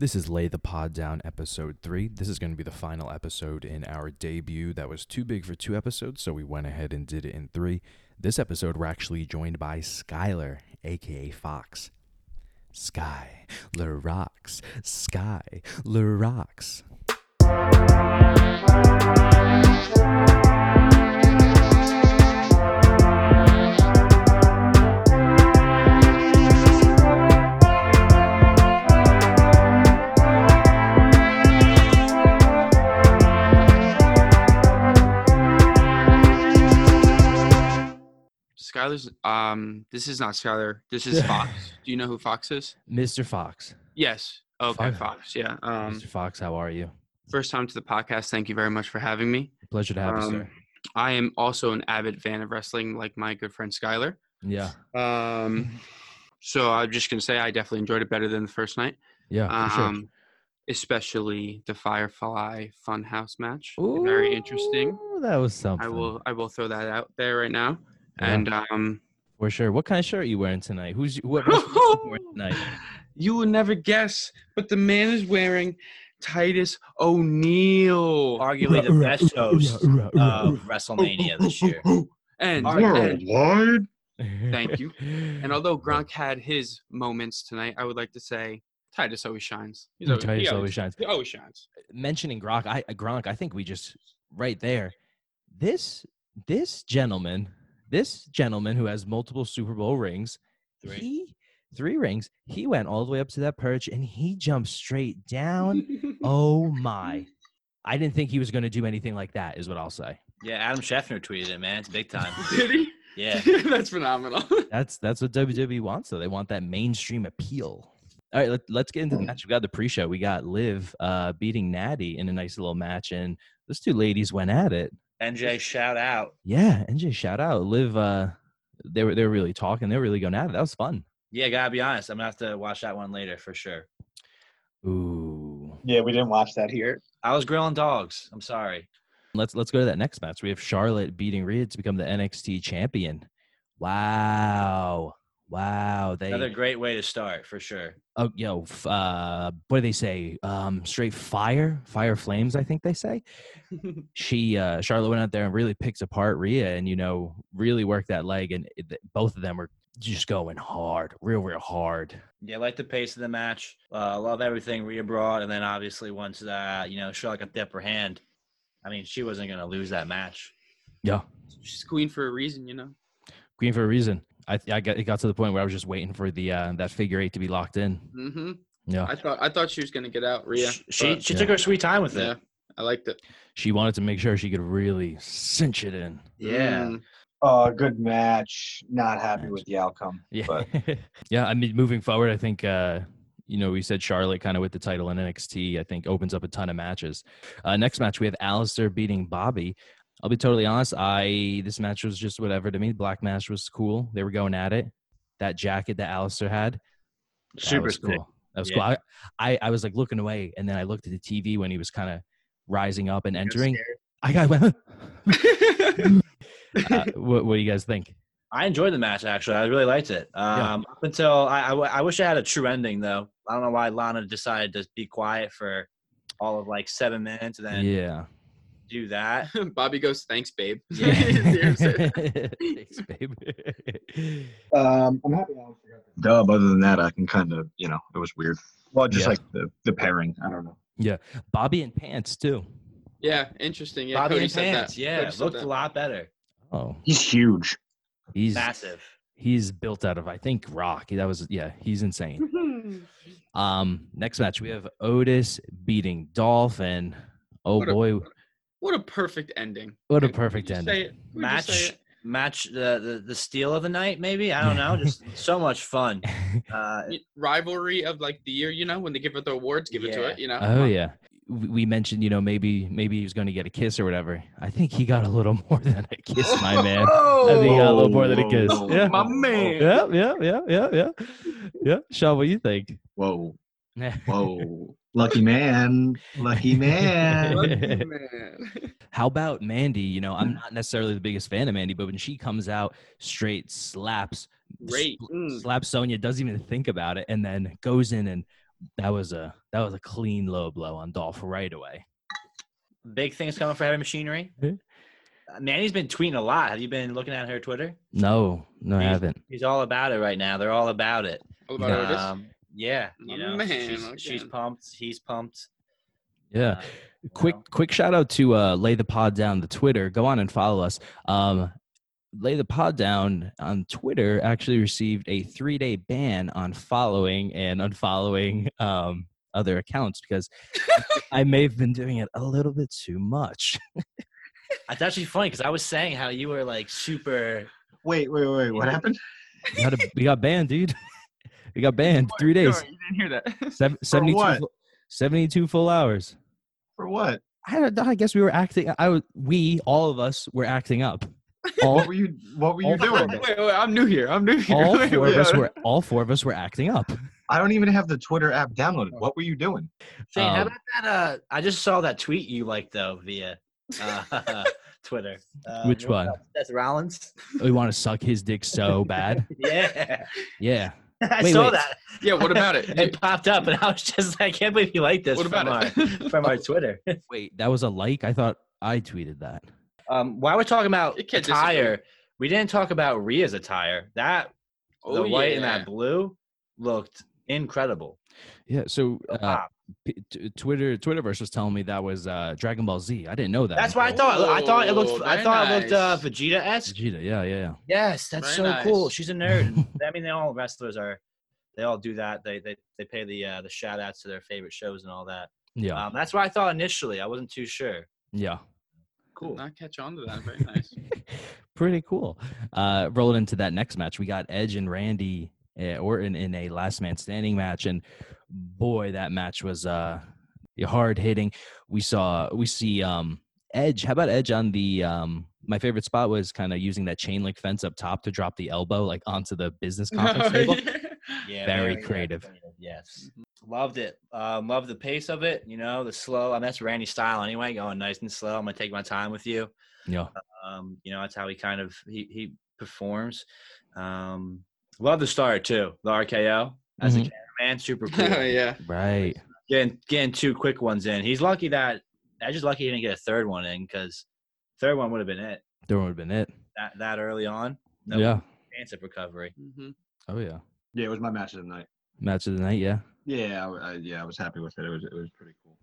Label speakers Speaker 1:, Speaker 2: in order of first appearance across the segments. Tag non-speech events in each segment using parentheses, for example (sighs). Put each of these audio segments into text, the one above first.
Speaker 1: This is Lay the Pod Down episode three. This is going to be the final episode in our debut. That was too big for two episodes, so we went ahead and did it in three. This episode, we're actually joined by Skylar, aka Fox. Sky, Rocks, Sky, Rocks.
Speaker 2: Skylar's um this is not Skylar.
Speaker 1: (laughs)
Speaker 2: This is Fox. Do you know who Fox is?
Speaker 1: Mr. Fox.
Speaker 2: Yes. Okay,
Speaker 1: Fox.
Speaker 2: Fox. Yeah. Um
Speaker 1: Mr. Fox, how are you?
Speaker 2: first time to the podcast. Thank you very much for having me.
Speaker 1: Pleasure to have you,
Speaker 2: um,
Speaker 1: sir.
Speaker 2: I am also an avid fan of wrestling like my good friend Skylar.
Speaker 1: Yeah, Mm-hmm.
Speaker 2: Um so I'm just going to say I definitely enjoyed it better than the first night.
Speaker 1: yeah, for sure.
Speaker 2: Um especially the Firefly Funhouse match. um, Very interesting.
Speaker 1: Ooh, That was something.
Speaker 2: I will I will throw that out there right now.
Speaker 1: Yeah.
Speaker 2: And um
Speaker 1: For sure. What kind of shirt are you wearing tonight? Who's you-
Speaker 2: (laughs)
Speaker 1: what wrestler you
Speaker 3: Oh!
Speaker 1: supporting tonight?
Speaker 2: You will never guess, but the man is wearing Titus O'Neil.
Speaker 3: arguably the best host of
Speaker 1: (laughs)
Speaker 3: WrestleMania this year.
Speaker 2: And, and
Speaker 4: Worldwide?
Speaker 2: Thank you. and although Gronk had his moments tonight, I would like to say Titus always shines. He's
Speaker 3: Mm,
Speaker 1: Ooh,
Speaker 2: always,
Speaker 1: Titus
Speaker 2: he
Speaker 1: always shines.
Speaker 2: He always shines.
Speaker 1: (laughs)
Speaker 2: (laughs)
Speaker 1: mentioning Gronk, I uh, Gronk, I think we just right there. This this gentleman, this gentleman who has multiple Super Bowl rings,
Speaker 3: Three.
Speaker 1: he three rings. He went all the way up to that perch and he jumped straight
Speaker 3: (laughs)
Speaker 1: down. oh my. I didn't think he was going to do anything like that is what I'll say.
Speaker 3: (laughs) Yeah, Adam Scheffner tweeted it, man. It's big time.
Speaker 2: (laughs) Did he?
Speaker 3: Yeah.
Speaker 2: (laughs) That's phenomenal.
Speaker 1: That's that's what WWE wants though. They want that mainstream appeal. All right, let, let's get into the match. We got the pre-show. We got Liv uh, beating Natty in a nice little match, and those two ladies went at it.
Speaker 3: NJ, shout out.
Speaker 1: Yeah, NJ, shout out. Live, uh, they were they were really talking. They were really going at it. That was fun.
Speaker 3: Yeah, gotta be honest. I'm gonna have to watch that one later for sure.
Speaker 1: Ooh.
Speaker 5: Yeah, we didn't watch that here.
Speaker 3: I was grilling dogs. I'm sorry.
Speaker 1: Let's let's go to that next match. We have Charlotte beating Rhea to become the NXT champion. Wow. Wow. They
Speaker 3: Another great way to start for sure.
Speaker 1: oh yo, f- uh what do they say? Um straight fire, fire flames, I think they say. she uh Charlotte went out there and really picked apart Rhea and you know, really worked that leg and it, th- both of them were just going hard, real, real hard.
Speaker 3: Yeah, I like the pace of the match. Uh, love everything Rhea brought, and then obviously once uh, you know Charlotte got the upper hand, I mean she wasn't gonna lose that match.
Speaker 1: Yeah.
Speaker 2: She's queen for a reason, you know.
Speaker 1: Green for a reason. I, I got it got to the point where I was just waiting for the uh, that figure eight to be locked in.
Speaker 2: hmm
Speaker 1: Yeah,
Speaker 2: I thought I thought she was gonna get out, Rhea.
Speaker 3: Sh- she
Speaker 2: but-
Speaker 3: she
Speaker 1: Yeah.
Speaker 3: took her sweet time with
Speaker 2: yeah,
Speaker 3: it.
Speaker 2: I liked it.
Speaker 1: she wanted to make sure she could really cinch it in.
Speaker 3: Yeah.
Speaker 2: Mm.
Speaker 5: Oh, good match. Not happy with the outcome.
Speaker 1: Yeah,
Speaker 5: But-
Speaker 1: (laughs) yeah. I mean, moving forward, I think uh, you know we said Charlotte kind of with the title in NXT. I think opens up a ton of matches. Uh, next match we have Alistair beating Bobby. I'll be totally honest. I this match was just whatever to me. Black match was cool. They were going at it. That jacket that Alistair had, That
Speaker 3: Super
Speaker 1: was
Speaker 3: cool.
Speaker 1: cool. That was
Speaker 3: Yeah.
Speaker 1: cool. I, I I was like looking away, and then I looked at the TV when he was kind of rising up and entering. I got (laughs)
Speaker 3: (laughs)
Speaker 1: went.
Speaker 2: Mm.
Speaker 1: uh, what, what do you guys think?
Speaker 3: I enjoyed the match actually. I really liked it.
Speaker 1: Yeah.
Speaker 3: Um, Up until I, I w- I wish I had a true ending though. I don't know why Lana decided to be quiet for all of like seven minutes and then
Speaker 1: yeah.
Speaker 3: do that.
Speaker 2: (laughs) Bobby goes, thanks, babe. (laughs)
Speaker 3: Yeah. (laughs)
Speaker 2: Seriously.
Speaker 1: (laughs) Thanks, babe. (laughs)
Speaker 5: Um, I'm happy Alex forgot that. Dub. Other than that, I can kind of, you know, it was weird. Well, just
Speaker 1: Yeah.
Speaker 5: like the, the pairing. I don't know.
Speaker 1: Bobby and pants too.
Speaker 2: yeah, interesting. (laughs) Yeah,
Speaker 3: Bobby
Speaker 2: Cody
Speaker 3: and
Speaker 2: said that.
Speaker 3: pants, yeah,
Speaker 2: Cody said
Speaker 3: looked
Speaker 2: that.
Speaker 3: a lot better.
Speaker 1: Oh,
Speaker 5: He's huge.
Speaker 1: he's
Speaker 3: Massive.
Speaker 1: he's built out of I think rock. That was yeah, he's insane. Um, next match we have Otis beating Dolphin. Oh
Speaker 2: What a-
Speaker 1: boy,
Speaker 2: What a perfect ending.
Speaker 1: what a
Speaker 2: Can we
Speaker 1: perfect
Speaker 2: just
Speaker 1: ending.
Speaker 2: say it? Can we just say
Speaker 3: Match
Speaker 2: it?
Speaker 3: match the, the the steal of the night maybe. I don't know.
Speaker 2: (laughs)
Speaker 3: Just so much fun. Uh,
Speaker 2: Y- Rivalry of like the year, you know, when they give out the awards, give it to
Speaker 3: Yeah.
Speaker 2: it, you know.
Speaker 1: Oh
Speaker 2: (laughs)
Speaker 1: yeah. W- We mentioned, you know, maybe maybe he was going to get a kiss or whatever. I think he got a little (laughs) more than a kiss, my man.
Speaker 2: (laughs)
Speaker 1: uh, I
Speaker 3: Oh,
Speaker 1: think he
Speaker 3: (laughs)
Speaker 1: got a little more than a kiss.
Speaker 5: Whoa,
Speaker 1: Yeah.
Speaker 2: My man.
Speaker 1: Yeah, yeah, yeah, yeah, yeah. Yeah. Sean, what do you think?
Speaker 5: Whoa, whoa. Lucky man. Lucky
Speaker 1: (laughs)
Speaker 5: man.
Speaker 2: Lucky man.
Speaker 1: How about Mandy? You know, I'm not necessarily the biggest fan of Mandy, but when she comes out straight, slaps,
Speaker 2: (laughs) Great.
Speaker 1: sl-
Speaker 2: Mm.
Speaker 1: (laughs) slaps Sonya, doesn't even think about it, and then goes in and that was a that was a clean low blow on Dolph right away.
Speaker 3: Big things coming for Heavy Machinery.
Speaker 1: Yeah.
Speaker 3: Uh, Manny's been tweeting a lot. Have you been looking at her Twitter?
Speaker 1: No, no, I
Speaker 3: He's-
Speaker 1: haven't.
Speaker 3: He's all about it right now. They're all about it.
Speaker 2: All about
Speaker 1: Nah.
Speaker 2: Otis.
Speaker 3: Um, yeah, you know,
Speaker 2: Man,
Speaker 3: she's, she's
Speaker 2: again.
Speaker 3: pumped. He's pumped.
Speaker 1: Yeah.
Speaker 3: Uh, you
Speaker 1: quick
Speaker 3: know.
Speaker 1: quick shout out to uh lay the pod down the twitter go on and follow us um lay the pod down on twitter actually received a three day ban on following and unfollowing um other accounts because i may have been doing it a little bit too much
Speaker 3: It's actually funny because I was saying how you were like super.
Speaker 5: Wait, wait, wait. What happened?
Speaker 1: we, got a- we got banned dude (laughs) we got banned three
Speaker 2: Sorry,
Speaker 1: days
Speaker 2: sorry, You didn't hear
Speaker 1: (laughs)
Speaker 2: that. (laughs)
Speaker 1: Sev- 72,
Speaker 5: what?
Speaker 1: full- 72 full hours
Speaker 5: For what?
Speaker 1: I, don't know, I guess we were acting i was- we all of us were acting up all
Speaker 5: What were you? What were you
Speaker 1: All four
Speaker 5: doing?
Speaker 1: of us.
Speaker 2: wait, wait, I'm new here. I'm new
Speaker 3: (laughs)
Speaker 2: here. (laughs)
Speaker 1: all
Speaker 2: Wait,
Speaker 1: four of
Speaker 2: wait,
Speaker 1: us
Speaker 2: wait.
Speaker 1: were all four of us were acting up.
Speaker 5: I don't even have the Twitter app downloaded. What were you doing?
Speaker 3: Shane, how
Speaker 1: Um,
Speaker 3: about that? Uh, I just saw that tweet you liked though via uh, (laughs) Twitter. Uh,
Speaker 1: Which one?
Speaker 3: what was that? That's Rollins. (laughs)
Speaker 1: We want to suck his dick so bad.
Speaker 3: Yeah, (laughs)
Speaker 1: Yeah.
Speaker 3: I
Speaker 1: Wait,
Speaker 3: saw
Speaker 1: wait.
Speaker 3: that.
Speaker 2: Yeah, what about it?
Speaker 3: It popped up, (laughs) and I was just like, I can't believe you like this
Speaker 2: what
Speaker 3: from
Speaker 2: about
Speaker 3: our,
Speaker 2: (laughs) it?
Speaker 3: from our Twitter.
Speaker 1: Wait, that was a like. I thought I tweeted that.
Speaker 3: Um, while we're talking about
Speaker 2: You can't disagree.
Speaker 3: attire, we didn't talk about Rhea's attire. That
Speaker 2: Oh,
Speaker 3: the white and that blue looked incredible.
Speaker 1: Yeah. So uh,
Speaker 3: Oh, Wow.
Speaker 1: p- t- Twitter Twitterverse was telling me that was uh, Dragon Ball Z. I didn't know that.
Speaker 3: That's why I thought. I thought it looked.
Speaker 2: Oh,
Speaker 3: I
Speaker 2: very
Speaker 3: thought it looked uh,
Speaker 2: nice.
Speaker 3: Vegeta esque.
Speaker 1: Vegeta. Yeah. Yeah.
Speaker 3: Yes, that's
Speaker 2: Very
Speaker 3: so cool.
Speaker 2: nice.
Speaker 3: She's a nerd. I mean, they all wrestlers are. They all do that. They they they pay the uh, the shout outs to their favorite shows and all that.
Speaker 1: Yeah.
Speaker 3: Um, that's what I thought initially. I wasn't too sure.
Speaker 1: Yeah.
Speaker 3: Cool.
Speaker 2: Not catch on to that. Very nice.
Speaker 1: (laughs) Pretty cool. Uh, rolling into that next match, we got Edge and Randy uh, Orton in a last man standing match, and boy, that match was uh, hard hitting. We saw we see um, Edge. How about Edge on the? Um, my favorite spot was kind of using that chain link fence up top to drop the elbow like onto the
Speaker 2: (laughs)
Speaker 1: business
Speaker 2: Oh,
Speaker 1: conference table.
Speaker 3: Yeah,
Speaker 1: Very creative.
Speaker 3: Yes. Mm-hmm. Loved it. Um, loved the pace of it. You know, the slow. I mean, that's Randy style anyway. Going nice and slow. I'm gonna take my time with you.
Speaker 1: Yeah,
Speaker 3: Um, you know, that's how he kind of he he performs. Um, love the start too. The RKO as a
Speaker 1: Mhm.
Speaker 3: cameraman, super cool.
Speaker 2: (laughs) Oh, yeah.
Speaker 1: right.
Speaker 3: Getting getting two quick ones in. He's lucky that I just lucky he didn't get a third one in because third one would have been it
Speaker 1: That would have been it.
Speaker 3: that that early on. No
Speaker 1: Yeah.
Speaker 3: chance of recovery.
Speaker 2: Mhm.
Speaker 1: Oh yeah.
Speaker 5: Yeah, it was my match of the night.
Speaker 1: Match of the night. Yeah.
Speaker 5: Yeah, I, I, yeah, I was happy with it. It was it was pretty cool.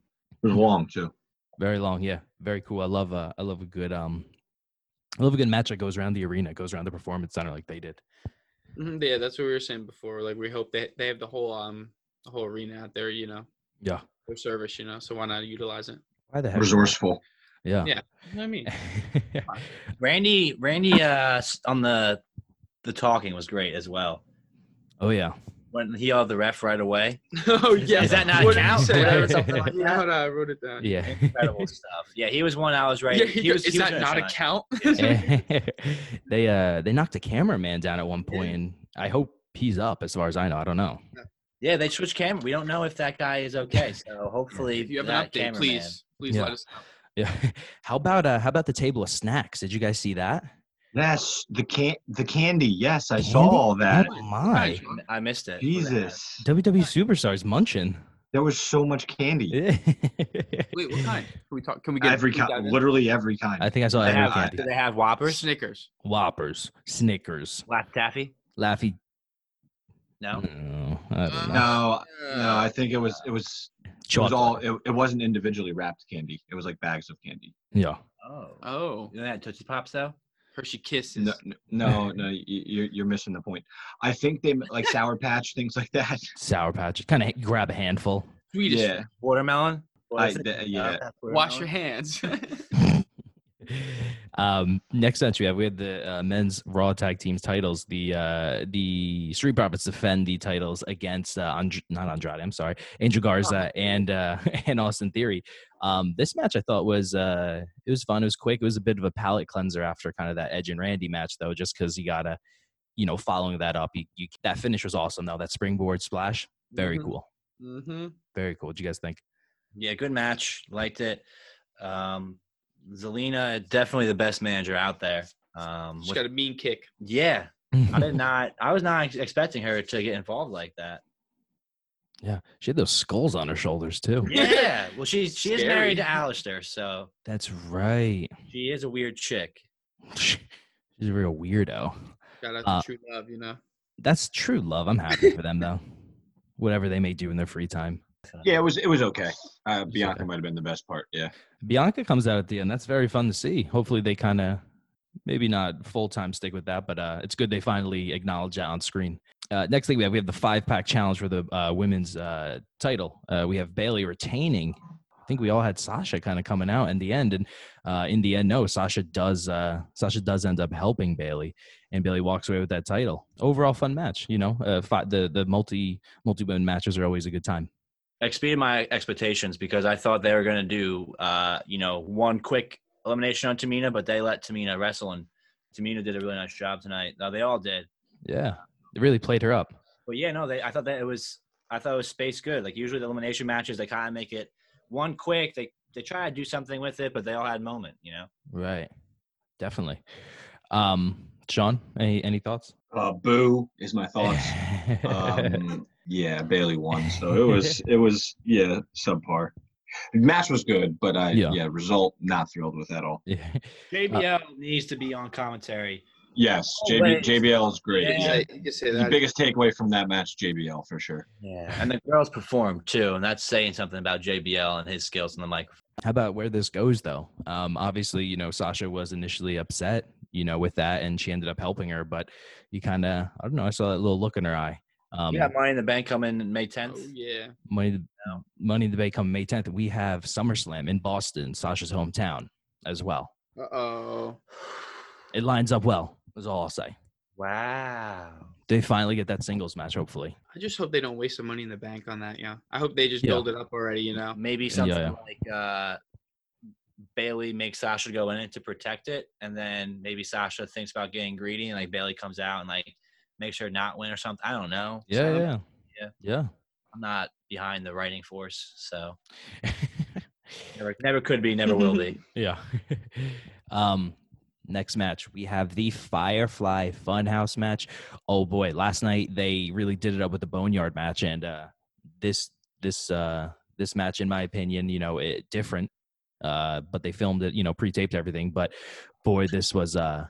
Speaker 5: It
Speaker 1: Mm-hmm.
Speaker 5: was long too.
Speaker 1: Very long, yeah. Very cool. I love uh, I love a good um I love a good match that goes around the arena, goes around the performance center like they did.
Speaker 2: Mhm, Yeah, that's what we were saying before. Like we hope they they have the whole um the whole arena out there, you know,
Speaker 1: Yeah.
Speaker 2: their service, you know. So why not utilize it?
Speaker 1: Why the heck?
Speaker 5: Resourceful.
Speaker 1: Yeah.
Speaker 2: You know what
Speaker 1: (laughs)
Speaker 2: I mean, (laughs)
Speaker 3: Randy Randy uh s- on the the talking was great as well.
Speaker 1: oh yeah.
Speaker 3: when he yelled the ref right away.
Speaker 2: oh
Speaker 3: Is-
Speaker 2: yeah,
Speaker 3: is that not
Speaker 2: what did you
Speaker 1: count?
Speaker 2: say?
Speaker 1: Whatever,
Speaker 3: something
Speaker 2: (laughs)
Speaker 3: like
Speaker 2: You know what, I wrote it down.
Speaker 1: Yeah.
Speaker 3: Incredible stuff. Yeah, he was one I was right.
Speaker 2: (laughs) Yeah, he,
Speaker 3: was,
Speaker 2: is
Speaker 3: was
Speaker 2: that
Speaker 3: gonna
Speaker 2: not a
Speaker 3: shine.
Speaker 2: count?
Speaker 1: (laughs) they uh they knocked a cameraman down at one point
Speaker 2: Yeah.
Speaker 1: and I hope he's up as far as I know. I don't know. (laughs)
Speaker 3: Yeah, they switched camera. We don't know if that guy is okay.
Speaker 2: (laughs)
Speaker 3: So hopefully,
Speaker 2: if you have an
Speaker 3: that
Speaker 2: update,
Speaker 3: cameraman-
Speaker 2: please please
Speaker 1: Yeah.
Speaker 2: let us know.
Speaker 1: Yeah. how about uh how about the table of snacks? Did you guys see that?
Speaker 5: Yes, the can the candy. Yes, I
Speaker 1: Candy?
Speaker 5: saw all that.
Speaker 1: Oh my.
Speaker 3: I missed it.
Speaker 5: Jesus,
Speaker 1: WWE superstars munching.
Speaker 5: there was so much candy.
Speaker 2: Wait, what kind? Can we talk? Can we get
Speaker 5: Every
Speaker 2: deep dive
Speaker 5: kind,
Speaker 2: in?
Speaker 3: (laughs)
Speaker 5: literally every
Speaker 1: (laughs)
Speaker 5: kind.
Speaker 1: I think I saw
Speaker 3: Do they,
Speaker 1: every
Speaker 3: have, uh,
Speaker 1: candy.
Speaker 3: do they have
Speaker 2: Or
Speaker 3: Whoppers?
Speaker 2: Snickers.
Speaker 1: Whoppers, Snickers,
Speaker 3: Lap Taffy?
Speaker 1: Laffy.
Speaker 3: No.
Speaker 1: No, I don't know.
Speaker 5: no, no, I
Speaker 2: Uh,
Speaker 5: think it was it was it was
Speaker 1: Chocolate.
Speaker 5: all it, it wasn't individually wrapped candy. It was like bags of candy.
Speaker 1: yeah.
Speaker 3: Oh.
Speaker 2: Oh,
Speaker 3: You know that Tootsie Pops though?
Speaker 2: Hershey Kisses.
Speaker 5: No, n- no, no you, you're you're missing the point. I think they like sour patch things
Speaker 1: (laughs)
Speaker 5: like that.
Speaker 1: Sour Patch. Kind of grab a handful. (laughs)
Speaker 2: Swedish.
Speaker 5: yeah,
Speaker 3: Watermelon? What
Speaker 5: I-
Speaker 3: is it?
Speaker 5: the-
Speaker 3: Uh,
Speaker 5: yeah.
Speaker 3: that's
Speaker 2: Wash your
Speaker 3: watermelon?
Speaker 2: hands. (laughs)
Speaker 1: um, next match we have we had the uh, men's Raw tag teams titles. The uh, the Street Profits defend the titles against uh, And- not Andrade. I'm sorry, Angel Garza
Speaker 5: Oh.
Speaker 1: and uh, (laughs) and Austin Theory. Um, this match I thought was uh, it was fun. It was quick. It was a bit of a palate cleanser after kind of that Edge and Randy match though, just because you gotta you know following that up. You, you, that finish was awesome though. That springboard splash, very cool.
Speaker 2: Mm-hmm.
Speaker 1: Very cool. What do you guys think?
Speaker 3: Yeah, good match. Liked it. Um, Zelina, definitely the best manager out there. Um,
Speaker 2: She's
Speaker 3: with-
Speaker 2: got a mean kick.
Speaker 1: Mm-hmm.
Speaker 3: yeah, I did not. I was not ex- expecting her to get involved like that.
Speaker 1: Yeah, she had those skulls on her shoulders too.
Speaker 3: (laughs) Yeah. Well, she's she is
Speaker 2: Scary.
Speaker 3: married to Alistair, so
Speaker 1: That's right. (laughs)
Speaker 3: she is a weird chick.
Speaker 1: She's a real weirdo.
Speaker 2: Shout out to
Speaker 1: Uh,
Speaker 2: True Love, you know.
Speaker 1: That's true love. I'm happy for them though. Whatever they may do in their free time.
Speaker 5: Yeah, it was it was okay. Uh, Bianca
Speaker 1: okay.
Speaker 5: might have been the best part. Yeah.
Speaker 1: Bianca comes out at the end. That's very fun to see. Hopefully they kind of maybe not full time stick with that, but uh, it's good they finally acknowledge that on screen. Uh, next thing we have, we have the five pack challenge for the uh, women's uh, title. Uh, we have Bailey retaining. I think we all had Sasha kind of coming out in the end, and uh, in the end, no, Sasha does. Uh, Sasha does end up helping Bailey, and Bailey walks away with that title. Overall, fun match. You know, uh, fi- the the multi multi women matches are always a good time.
Speaker 3: Exceeded my expectations because I thought they were going to do, uh, you know, one quick elimination on Tamina, but they let Tamina wrestle, and Tamina did a really nice job tonight. No, they all did.
Speaker 1: Yeah, it really played her up.
Speaker 3: But yeah, no, they. I thought that it was. I thought it was space good. Like usually the elimination matches, they kind of make it one quick. They they try to do something with it, but they all had moment. You know.
Speaker 1: Right. Definitely. Um, Sean, any any thoughts? (laughs)
Speaker 5: Uh, boo is my thoughts. um, yeah, Bailey won, so it was it was yeah subpar. Match was good, but I
Speaker 1: Yeah.
Speaker 5: yeah, result not thrilled with at all.
Speaker 1: yeah.
Speaker 3: JBL needs to be on commentary.
Speaker 5: Yes,
Speaker 3: Oh,
Speaker 5: JB,
Speaker 3: wait.
Speaker 5: JBL is great.
Speaker 3: Yeah.
Speaker 5: Yeah.
Speaker 2: Say- you can say
Speaker 5: The
Speaker 2: that.
Speaker 5: biggest takeaway from that match, JBL for sure.
Speaker 3: Yeah. And the girls performed too, and that's saying something about JBL and his skills on the microphone.
Speaker 1: How about where this goes though? Um, obviously, you know, Sasha was initially upset, you know, with that, and she ended up helping her. But you kind of, I don't know, I saw that little look in her eye. Um,
Speaker 3: yeah, Money in the Bank coming May
Speaker 2: oh,
Speaker 3: 10th.
Speaker 2: yeah.
Speaker 1: Money, in the
Speaker 3: No.
Speaker 1: Money in the Bay come May 10th. We have SummerSlam in Boston, Sasha's hometown, as well.
Speaker 2: Uh oh.
Speaker 1: It lines up well. Is all I'll say.
Speaker 3: Wow.
Speaker 1: They finally get that singles match, hopefully.
Speaker 2: I just hope they don't waste the money in the bank on that, yeah. I hope they just
Speaker 1: Yeah.
Speaker 2: build it up already, you know.
Speaker 3: Maybe something
Speaker 1: yeah.
Speaker 3: like uh, Bailey makes Sasha go in it to protect it, and then maybe Sasha thinks about getting greedy, and like Bailey comes out and like makes her not win or something. I don't know. So,
Speaker 1: yeah,
Speaker 3: Yeah.
Speaker 1: yeah.
Speaker 3: I'm not behind the writing force, so
Speaker 1: (laughs)
Speaker 3: never, never could be, never will be.
Speaker 1: Yeah. um, next match, we have the Firefly Funhouse match. Oh boy, last night they really did it up with the Boneyard match, and uh, this this uh, this match, in my opinion, you know, it different. Uh, but they filmed it, you know, pre-taped everything. But boy, this was uh,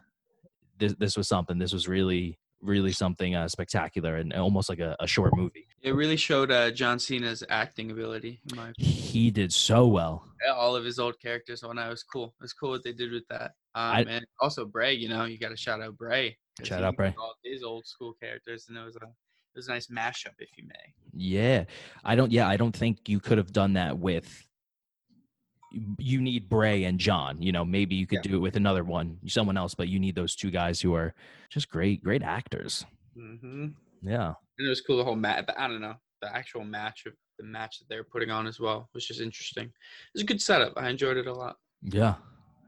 Speaker 1: this this was something. This was really really something uh, spectacular and almost like a, a short movie.
Speaker 2: It really showed uh, John Cena's acting ability. In my,
Speaker 1: He did so well.
Speaker 2: all of his old characters on that was cool. It was cool what they did with that. Um,
Speaker 1: I-
Speaker 2: and also Bray, you know, you got to shout out Bray. 'cause
Speaker 1: Shout
Speaker 2: he
Speaker 1: out Bray.
Speaker 2: used All his old school characters, and it was a it was a nice mashup, if you may.
Speaker 1: Yeah. I don't yeah, I don't think you could have done that with you need Bray and John. You know, maybe you could do it with another one, someone else, but you need those two guys who are just great, great actors.
Speaker 2: hmm
Speaker 1: Yeah.
Speaker 2: And it was cool the whole match. I don't know the actual match of the match that they were putting on as well was just interesting. It was a good setup. I enjoyed it a lot.
Speaker 1: Yeah.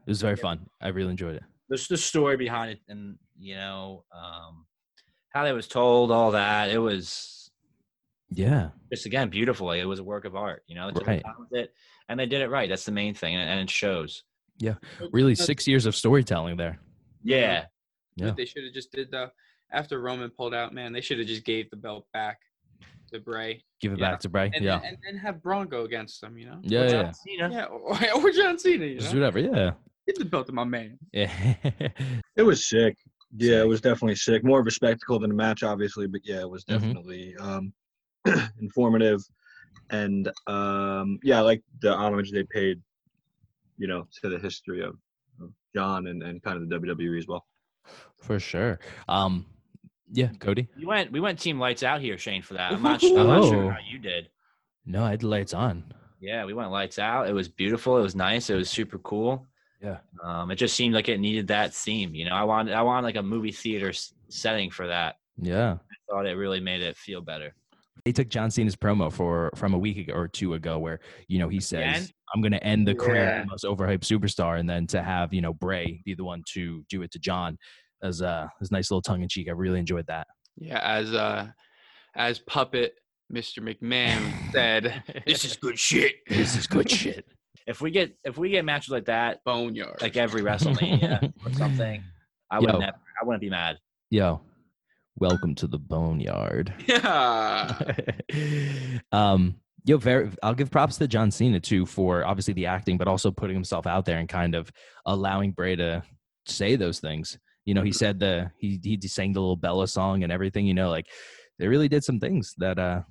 Speaker 1: It was very
Speaker 3: Yeah.
Speaker 1: fun. I really enjoyed it.
Speaker 3: There's the story behind it, and you know um, how that was told, all that. It was
Speaker 1: Yeah.
Speaker 3: just again beautiful. Like, it was a work of art, you know. It took their
Speaker 1: Right.
Speaker 3: time with it, and they did it right. That's the main thing, and, and it shows.
Speaker 1: Really
Speaker 2: uh,
Speaker 1: six years of storytelling there.
Speaker 3: Yeah,
Speaker 1: Yeah.
Speaker 2: What they should have just did though, after Roman pulled out, man, they should have just gave the belt back to Bray
Speaker 1: Give it
Speaker 2: Yeah.
Speaker 1: back to Bray.
Speaker 2: and
Speaker 1: yeah.
Speaker 2: then, and then have Braun go against them. You know.
Speaker 1: yeah. Yeah. yeah.
Speaker 2: Yeah, or, (laughs) or John Cena. You
Speaker 1: Just
Speaker 2: know?
Speaker 1: whatever. Yeah.
Speaker 2: Get the belt to my man.
Speaker 1: Yeah.
Speaker 5: It was sick. Yeah, it was definitely sick. More of a spectacle than a match, obviously, but yeah, it was
Speaker 1: Mhm.
Speaker 5: definitely um, (clears throat) informative. And um, yeah, I like the homage they paid, you know, to the history of, of John and, and kind of the WWE as well.
Speaker 1: (laughs) For sure. Um yeah, Cody.
Speaker 3: You went. We went team lights out here, Shane. For that, I'm not, su- I'm not
Speaker 1: Oh.
Speaker 3: sure how you did.
Speaker 1: No, I had the lights on.
Speaker 3: Yeah, we went lights out. It was beautiful. It was nice. It was super cool.
Speaker 1: Yeah.
Speaker 3: Um, it just seemed like it needed that theme. You know, I wanted. I wanted like a movie theater s- setting for that.
Speaker 1: Yeah.
Speaker 3: I thought it really made it
Speaker 1: (laughs)
Speaker 3: feel better.
Speaker 1: they took John Cena's promo for from a week ago or two ago, where you know he says,
Speaker 3: end?
Speaker 1: "I'm going to end the career
Speaker 2: Yeah.
Speaker 1: of the most overhyped superstar," and then to have you know Bray be the one to do it to John as uh as nice little tongue in cheek. I really enjoyed that.
Speaker 2: Yeah, as uh, as puppet
Speaker 1: (laughs)
Speaker 2: Mr. McMahon said, "This is good shit."
Speaker 1: This is good shit.
Speaker 3: (laughs) If we get if we get matches like that,
Speaker 1: (laughs)
Speaker 2: boneyard.
Speaker 3: like every WrestleMania or something, I would
Speaker 1: Yo.
Speaker 3: never. I wouldn't be mad.
Speaker 1: Yo, Welcome to the Boneyard.
Speaker 2: Yeah.
Speaker 1: (laughs) um, yo, very. I'll give props to John Cena too for obviously the acting, but also putting himself out there and kind of allowing Bray to say those things. You know, he said the he he sang the little Bella song and everything. You know, like they really did some things that uh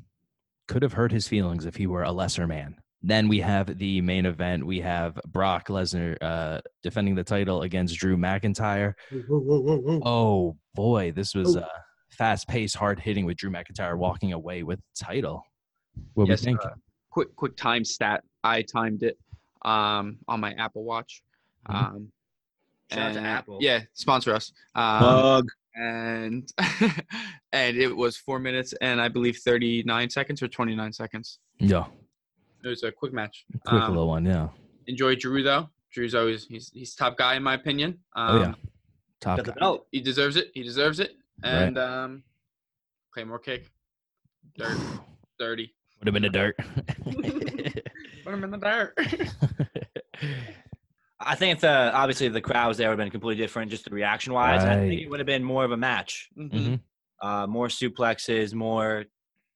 Speaker 1: could have hurt his feelings if he were a lesser man. Then we have the main event. We have Brock Lesnar uh, defending the title against Drew McIntyre. Oh boy, this was uh, fast paced, hard hitting with Drew McIntyre walking away with the title. What
Speaker 6: Yes,
Speaker 1: we think?
Speaker 2: uh, (laughs) quick quick time stat. I timed it um, on my Apple Watch.
Speaker 1: Mhm.
Speaker 2: Um,
Speaker 3: Shout out to
Speaker 2: and-
Speaker 3: Apple.
Speaker 2: Yeah, sponsor us. Um,
Speaker 5: Hug.
Speaker 2: and (laughs) and it was four minutes and I believe thirty nine seconds or twenty nine seconds.
Speaker 1: yeah,
Speaker 2: It was a quick match.
Speaker 1: quick
Speaker 2: Um,
Speaker 1: little one. Yeah,
Speaker 2: enjoy Drew though. Drew's always he's he's top guy in my opinion. Um,
Speaker 1: Oh, yeah. top.
Speaker 3: Got the
Speaker 1: guy.
Speaker 3: belt.
Speaker 2: he deserves it. He deserves it. And um, Claymore kick. Dirt, dirty.
Speaker 1: Would have been a dirt.
Speaker 2: Put him in the dirt. (laughs) Mm-hmm.
Speaker 3: I think if the obviously if the crowd was there would have been completely different, just the reaction wise. I think
Speaker 1: Right.
Speaker 3: it would have been more of a match,
Speaker 2: Mhm.
Speaker 1: Mhm.
Speaker 3: uh, more suplexes, more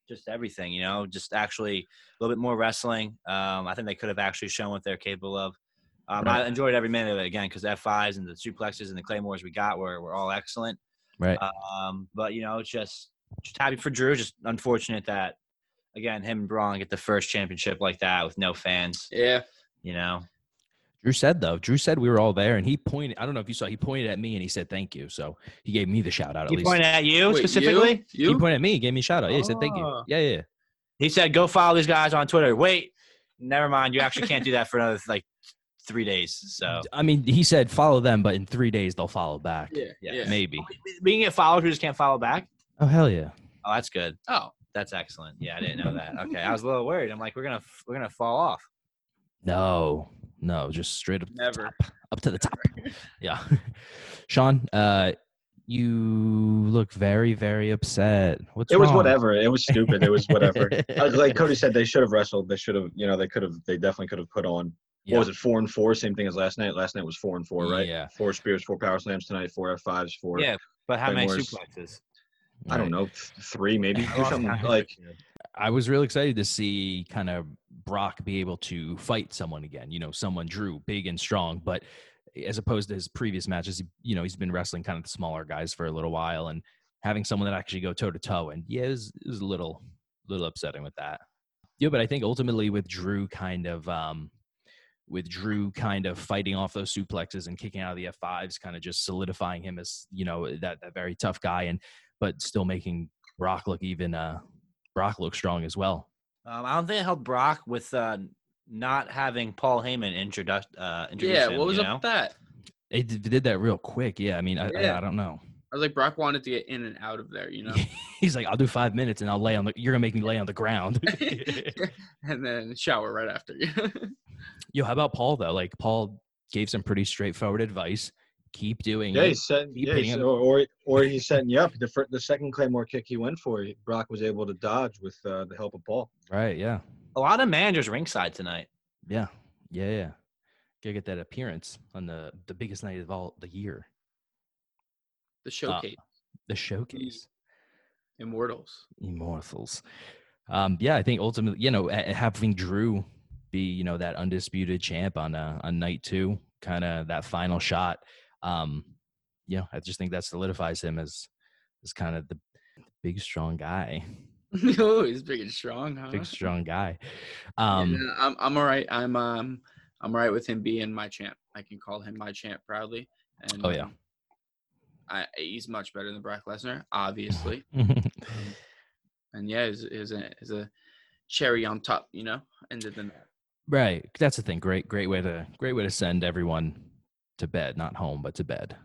Speaker 3: just everything. You know, just actually a little bit more wrestling. Um, I think they could have actually shown what they're capable of. Um, I
Speaker 1: Right.
Speaker 3: enjoyed every minute of it again because F5s and the suplexes and the claymores we got were were all excellent.
Speaker 1: Right.
Speaker 3: Um, but you know, it's just just happy for Drew. Just unfortunate that again him and Braun get the first championship like that with no fans.
Speaker 2: Yeah.
Speaker 3: You know,
Speaker 1: Drew said though. Drew said we were all there, and he pointed. I don't know if you saw. He pointed at me and he said thank you. So he gave me the shout out. At
Speaker 3: he
Speaker 1: least
Speaker 3: pointed at you
Speaker 2: Wait,
Speaker 3: specifically.
Speaker 2: You?
Speaker 1: he pointed at me, gave me a shout out. Yeah, he said thank you.
Speaker 2: Ah.
Speaker 1: Yeah, yeah.
Speaker 3: He said, "Go follow these guys on Twitter." Wait, never mind. You actually can't do that for another like three days. So
Speaker 1: I mean, he said follow them, but in three days they'll follow back.
Speaker 2: yeah. Yeah.
Speaker 3: Yeah.
Speaker 1: Maybe.
Speaker 3: we can get followed. We just can't follow back.
Speaker 1: Oh hell yeah.
Speaker 3: Oh, that's good.
Speaker 2: Oh.
Speaker 3: That's excellent. Yeah, I didn't know that. Okay, I was a little worried. I'm like, we're gonna we're gonna fall off.
Speaker 1: No, no, just straight up to the
Speaker 2: Never.
Speaker 1: top, up to the top. Yeah, (laughs) Sean, uh, you look very, very upset. What's
Speaker 5: It was
Speaker 1: wrong?
Speaker 5: whatever. It was stupid. It was
Speaker 1: (laughs)
Speaker 5: whatever. Uh, like Cody said, they should have wrestled. They should have, you know, they could have, they definitely could have put on.
Speaker 1: Yeah.
Speaker 5: What was it? Four and four. Same thing as last night. Last night was four and four, right?
Speaker 1: Yeah.
Speaker 5: Four spears, four power slams tonight. Four F fives, four.
Speaker 3: Yeah, but how many
Speaker 5: Claymores.
Speaker 3: suplexes?
Speaker 5: I don't know, th- three maybe.
Speaker 1: I
Speaker 5: Do
Speaker 1: lost
Speaker 5: something
Speaker 1: count.
Speaker 5: like
Speaker 1: I was really excited to see kind of Brock be able to fight someone again. You know, someone Drew, big and strong, but as opposed to his previous matches, he- you know, he's been wrestling kind of the smaller guys for a little while, and having someone that actually go toe to toe. And yeah, it was, it was a little, little upsetting with that. Yeah, but I think ultimately with Drew kind of, um, with Drew kind of fighting off those suplexes and kicking out of the F fives, kind of just solidifying him as you know that that very tough guy, and but still making Brock look even uh Brock looked strong as well.
Speaker 3: Um, I don't think it helped Brock with uh, not having Paul Heyman introduce. Uh, introduce
Speaker 2: Yeah.
Speaker 3: him,
Speaker 2: What was
Speaker 3: you
Speaker 2: up
Speaker 3: know?
Speaker 2: with that?
Speaker 1: They did, did that real quick. Yeah, I mean, I, I,
Speaker 2: Yeah.
Speaker 1: I don't know.
Speaker 2: I was like, Brock wanted to get in and out of there,
Speaker 1: (laughs)
Speaker 2: you know. (laughs)
Speaker 1: He's like, I'll do five minutes and I'll lay on the. You're gonna make me lay on the
Speaker 2: (laughs)
Speaker 1: ground.
Speaker 2: and then shower right after. (laughs)
Speaker 1: Yo, how about Paul though? Like Paul gave some pretty straightforward advice. Keep doing
Speaker 5: yeah,
Speaker 1: it.
Speaker 5: he's setting,
Speaker 1: Keep
Speaker 5: yeah, he's-
Speaker 1: hitting him.
Speaker 5: or, or or he's setting you up. The fir- the second claymore kick he went for, he- Brock was able to dodge with uh, the help of Paul.
Speaker 1: Right? Yeah.
Speaker 3: A lot of managers ringside tonight.
Speaker 1: Yeah. Yeah. Yeah. Gotta get that appearance on the the biggest night of all the year,
Speaker 2: the showcase.
Speaker 1: the showcase. (laughs)
Speaker 2: Immortals. (laughs)
Speaker 1: Immortals. Um, yeah, I think ultimately, you know, a- having Drew be, you know, that undisputed champ on uh, on night two, kind of that final shot. Um, you know, I just think that solidifies him as as kind of the big strong guy,
Speaker 2: oh, he's big and strong, huh?
Speaker 1: big strong guy.
Speaker 2: Yeah,
Speaker 1: Um, (laughs)
Speaker 2: no, I'm I'm all right. I'm um I'm all right with him being my champ. I can call him my champ proudly. And
Speaker 1: Oh, yeah.
Speaker 2: um, I he's much better than Brock Lesnar, obviously. and yeah, is is a is a cherry on top, you know. Ended the night.
Speaker 1: right, that's the thing. Great, great way to great way to send everyone to bed, not home, but to bed.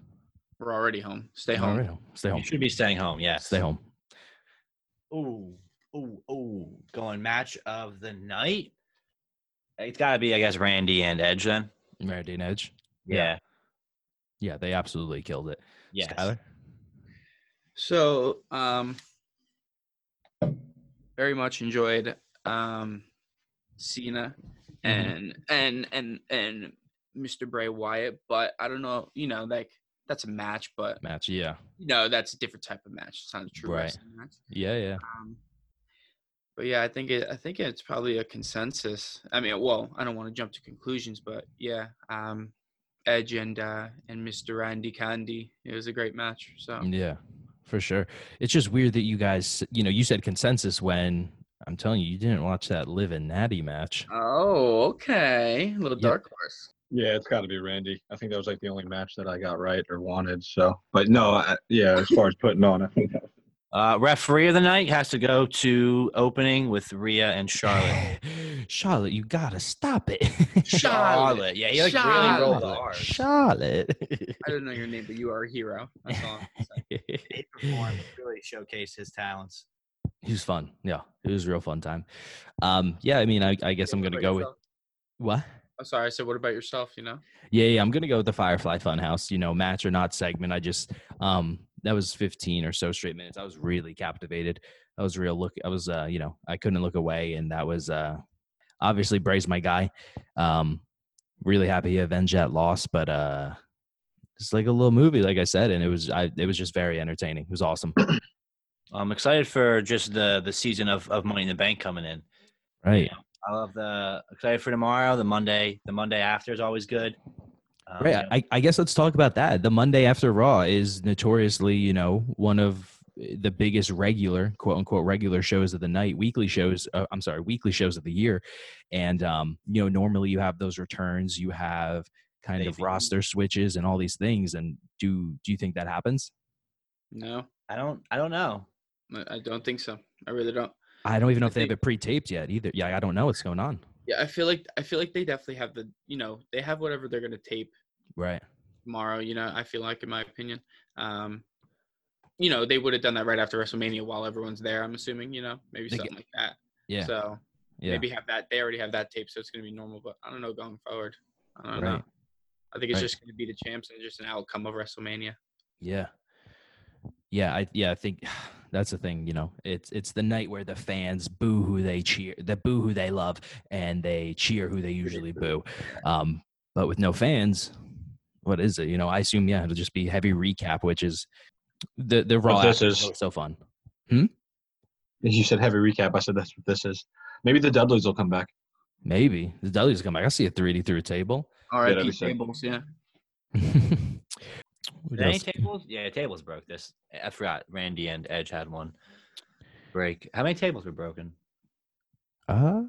Speaker 2: We're already home. Stay
Speaker 1: All
Speaker 2: home.
Speaker 1: right, Stay home.
Speaker 3: You should be staying home. Yes.
Speaker 1: Stay home.
Speaker 3: Oh, oh, oh. Going match of the night. It's got to be, I guess, Randy and Edge then.
Speaker 1: Meridian Edge.
Speaker 3: Yeah.
Speaker 1: Yeah, they absolutely killed it.
Speaker 3: Yes.
Speaker 1: Skylar?
Speaker 2: So, um, very much enjoyed um, Cena
Speaker 1: Mm-hmm.
Speaker 2: and and and and Mr. Bray Wyatt, but I don't know, you know, like that's a match, but
Speaker 1: match. Yeah,
Speaker 2: you know that's a different type of match. It's not a true
Speaker 1: Right.
Speaker 2: wrestling match.
Speaker 1: yeah, yeah.
Speaker 2: Um, but yeah, I think it, I think it's probably a consensus. I mean, well, I don't want to jump to conclusions, but yeah, um, Edge and uh, and Mr. Randy Candy, it was a great match. So
Speaker 1: Um, Yeah, for sure. It's just weird that you guys, you know, you said consensus when I'm telling you, you didn't watch that live and natty match.
Speaker 2: oh, okay, a little
Speaker 1: Yeah.
Speaker 2: dark horse.
Speaker 5: Yeah, it's got to be Randy. I think that was like the only match that I got right or wanted. So, but no, I, yeah, as far as putting on, I think that was
Speaker 3: Uh, referee of the night has to go to opening with Rhea and Charlotte.
Speaker 1: (laughs) Charlotte, you gotta stop it.
Speaker 3: Charlotte, yeah, he like really rolled the
Speaker 2: Charlotte.
Speaker 3: R.
Speaker 1: Charlotte.
Speaker 2: I don't know your name, but you are a hero. That's all. I'm saying.
Speaker 3: He performed, really showcased his talents.
Speaker 1: He was fun. Yeah, it was a real fun time. Um, yeah, I mean, I, I (laughs) guess I'm
Speaker 2: What
Speaker 1: gonna
Speaker 2: about
Speaker 1: go with
Speaker 2: yourself?
Speaker 1: what?
Speaker 2: I'm sorry, I said, what about yourself? You know,
Speaker 1: Yeah, yeah, I'm gonna go with the Firefly Funhouse. You know, match or not segment. I just um that was 15 or so straight minutes. I was really captivated. I was real look. I was uh you know I couldn't look away, and that was uh obviously Bray's my guy. Um, really happy he avenged that loss, but uh it's like a little movie, like I said, and it was I it was just very entertaining. It was awesome,
Speaker 3: I'm excited for just the the season of, of Money in the Bank coming in.
Speaker 1: right?
Speaker 3: I love the excited for tomorrow. The Monday, the Monday after is always good. Um,
Speaker 1: Right. I, I guess let's talk about that. The Monday after Raw is notoriously, you know, one of eh, the biggest regular, quote unquote, regular shows of the night, weekly shows. Uh, I'm sorry, weekly shows of the year. And, um, you know, normally you have those returns, you have kind of
Speaker 3: Amazing.
Speaker 1: roster switches and all these things. And do do you think that happens?
Speaker 2: no,
Speaker 3: I don't. I don't know.
Speaker 2: I- I don't think so. I really don't.
Speaker 1: I don't even know
Speaker 2: I
Speaker 1: if they have
Speaker 2: think-
Speaker 1: it pre-taped yet either. Yeah, I don't know what's going on.
Speaker 2: Yeah, I feel like I feel like they definitely have the you know they have whatever they're gonna tape
Speaker 1: Right.
Speaker 2: tomorrow. You know, I feel like in my opinion, um, you know they would have done that right after WrestleMania while everyone's there. I'm assuming you know maybe
Speaker 1: They
Speaker 2: something like that.
Speaker 1: Yeah.
Speaker 2: So
Speaker 1: yeah.
Speaker 2: maybe have that. They already have that tape, so it's gonna be normal. But I don't know going forward. I don't
Speaker 1: Right.
Speaker 2: know. I think it's
Speaker 1: Right.
Speaker 2: just gonna be the champs and just an outcome of WrestleMania.
Speaker 1: Yeah. Yeah, I yeah, I think (sighs) that's the thing, you know. It's it's the night where the fans boo who they cheer, the boo who they love and they cheer who they usually boo. Um but with no fans, what is it? You know, I assume yeah, it'll just be heavy recap which is the the raw
Speaker 5: this
Speaker 1: after
Speaker 5: is-
Speaker 1: show is so fun.
Speaker 5: you said heavy recap. I said that's what this is. Maybe the Dudleys will come back.
Speaker 1: Maybe the Dudleys come back. I see a 3D through a table. (laughs)
Speaker 2: All
Speaker 5: that'd
Speaker 2: right,
Speaker 5: be
Speaker 2: yeah,
Speaker 5: sick.
Speaker 2: tables. Yeah.
Speaker 1: What
Speaker 3: Did any
Speaker 1: else?
Speaker 3: tables? Yeah, tables broke this. I forgot. Randy and Edge had one break. How many tables were broken?
Speaker 1: uh,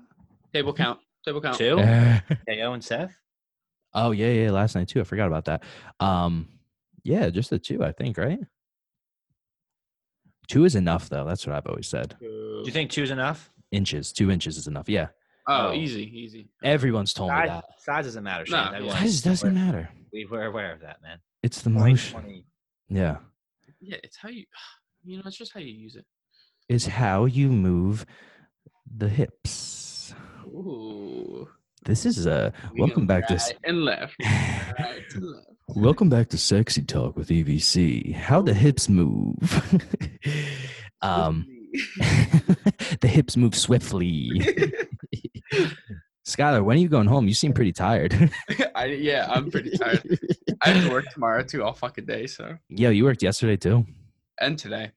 Speaker 2: Table count. Table count.
Speaker 1: (laughs)
Speaker 3: Two. KO and Seth.
Speaker 1: oh yeah, yeah, last night too. I forgot about that. Um yeah, just the two, I think, right? Two is enough though. That's what I've always said.
Speaker 2: Two.
Speaker 3: Do you think two's enough?
Speaker 1: inches. Two inches is enough. Yeah.
Speaker 2: Oh,
Speaker 3: Oh.
Speaker 2: easy, easy.
Speaker 1: Everyone's told me
Speaker 3: Size,
Speaker 1: that.
Speaker 3: size doesn't matter. Shane.
Speaker 2: No,
Speaker 3: That
Speaker 2: yeah.
Speaker 3: was-
Speaker 1: Size doesn't
Speaker 3: we're-
Speaker 1: matter.
Speaker 3: We were aware of that, man.
Speaker 1: It's the
Speaker 3: Only
Speaker 1: motion.
Speaker 3: 20
Speaker 1: Yeah.
Speaker 2: Yeah, it's how you. (sighs) You know, it's just how you use it.
Speaker 1: It's how you move the hips.
Speaker 2: Ooh.
Speaker 1: This is a welcome back to s-
Speaker 2: Right and left. Right and left.
Speaker 1: welcome back to sexy talk with EVC. How the hips move. (laughs) um, (laughs) the hips move swiftly. Skylar, when are you going home? You seem pretty tired.
Speaker 2: (laughs)
Speaker 1: (laughs)
Speaker 2: I, yeah, I'm pretty tired. I have to work tomorrow too, all fucking day. So
Speaker 1: Yo, you worked yesterday too.
Speaker 2: and today.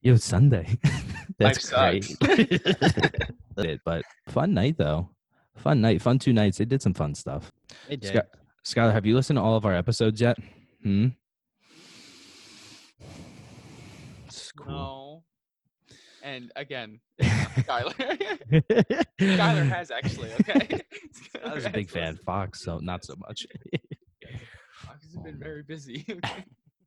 Speaker 1: Yo, it's Sunday. (laughs) That's
Speaker 2: Life
Speaker 1: great. (laughs) It, but fun night though. Fun night. Fun two nights. They did some fun stuff.
Speaker 3: They did.
Speaker 1: Sky- Skylar, have you listened to all of our episodes yet? Hmm. It's
Speaker 7: No.
Speaker 1: cool.
Speaker 7: And
Speaker 1: (laughs)
Speaker 7: again,
Speaker 1: Skylar.
Speaker 7: Skylar. Skylar
Speaker 2: (laughs)
Speaker 1: (laughs) Skylar
Speaker 7: has actually, okay?
Speaker 1: I was a big fan. Fox, so not so much. (laughs)
Speaker 2: (laughs)
Speaker 7: He's been very busy. okay?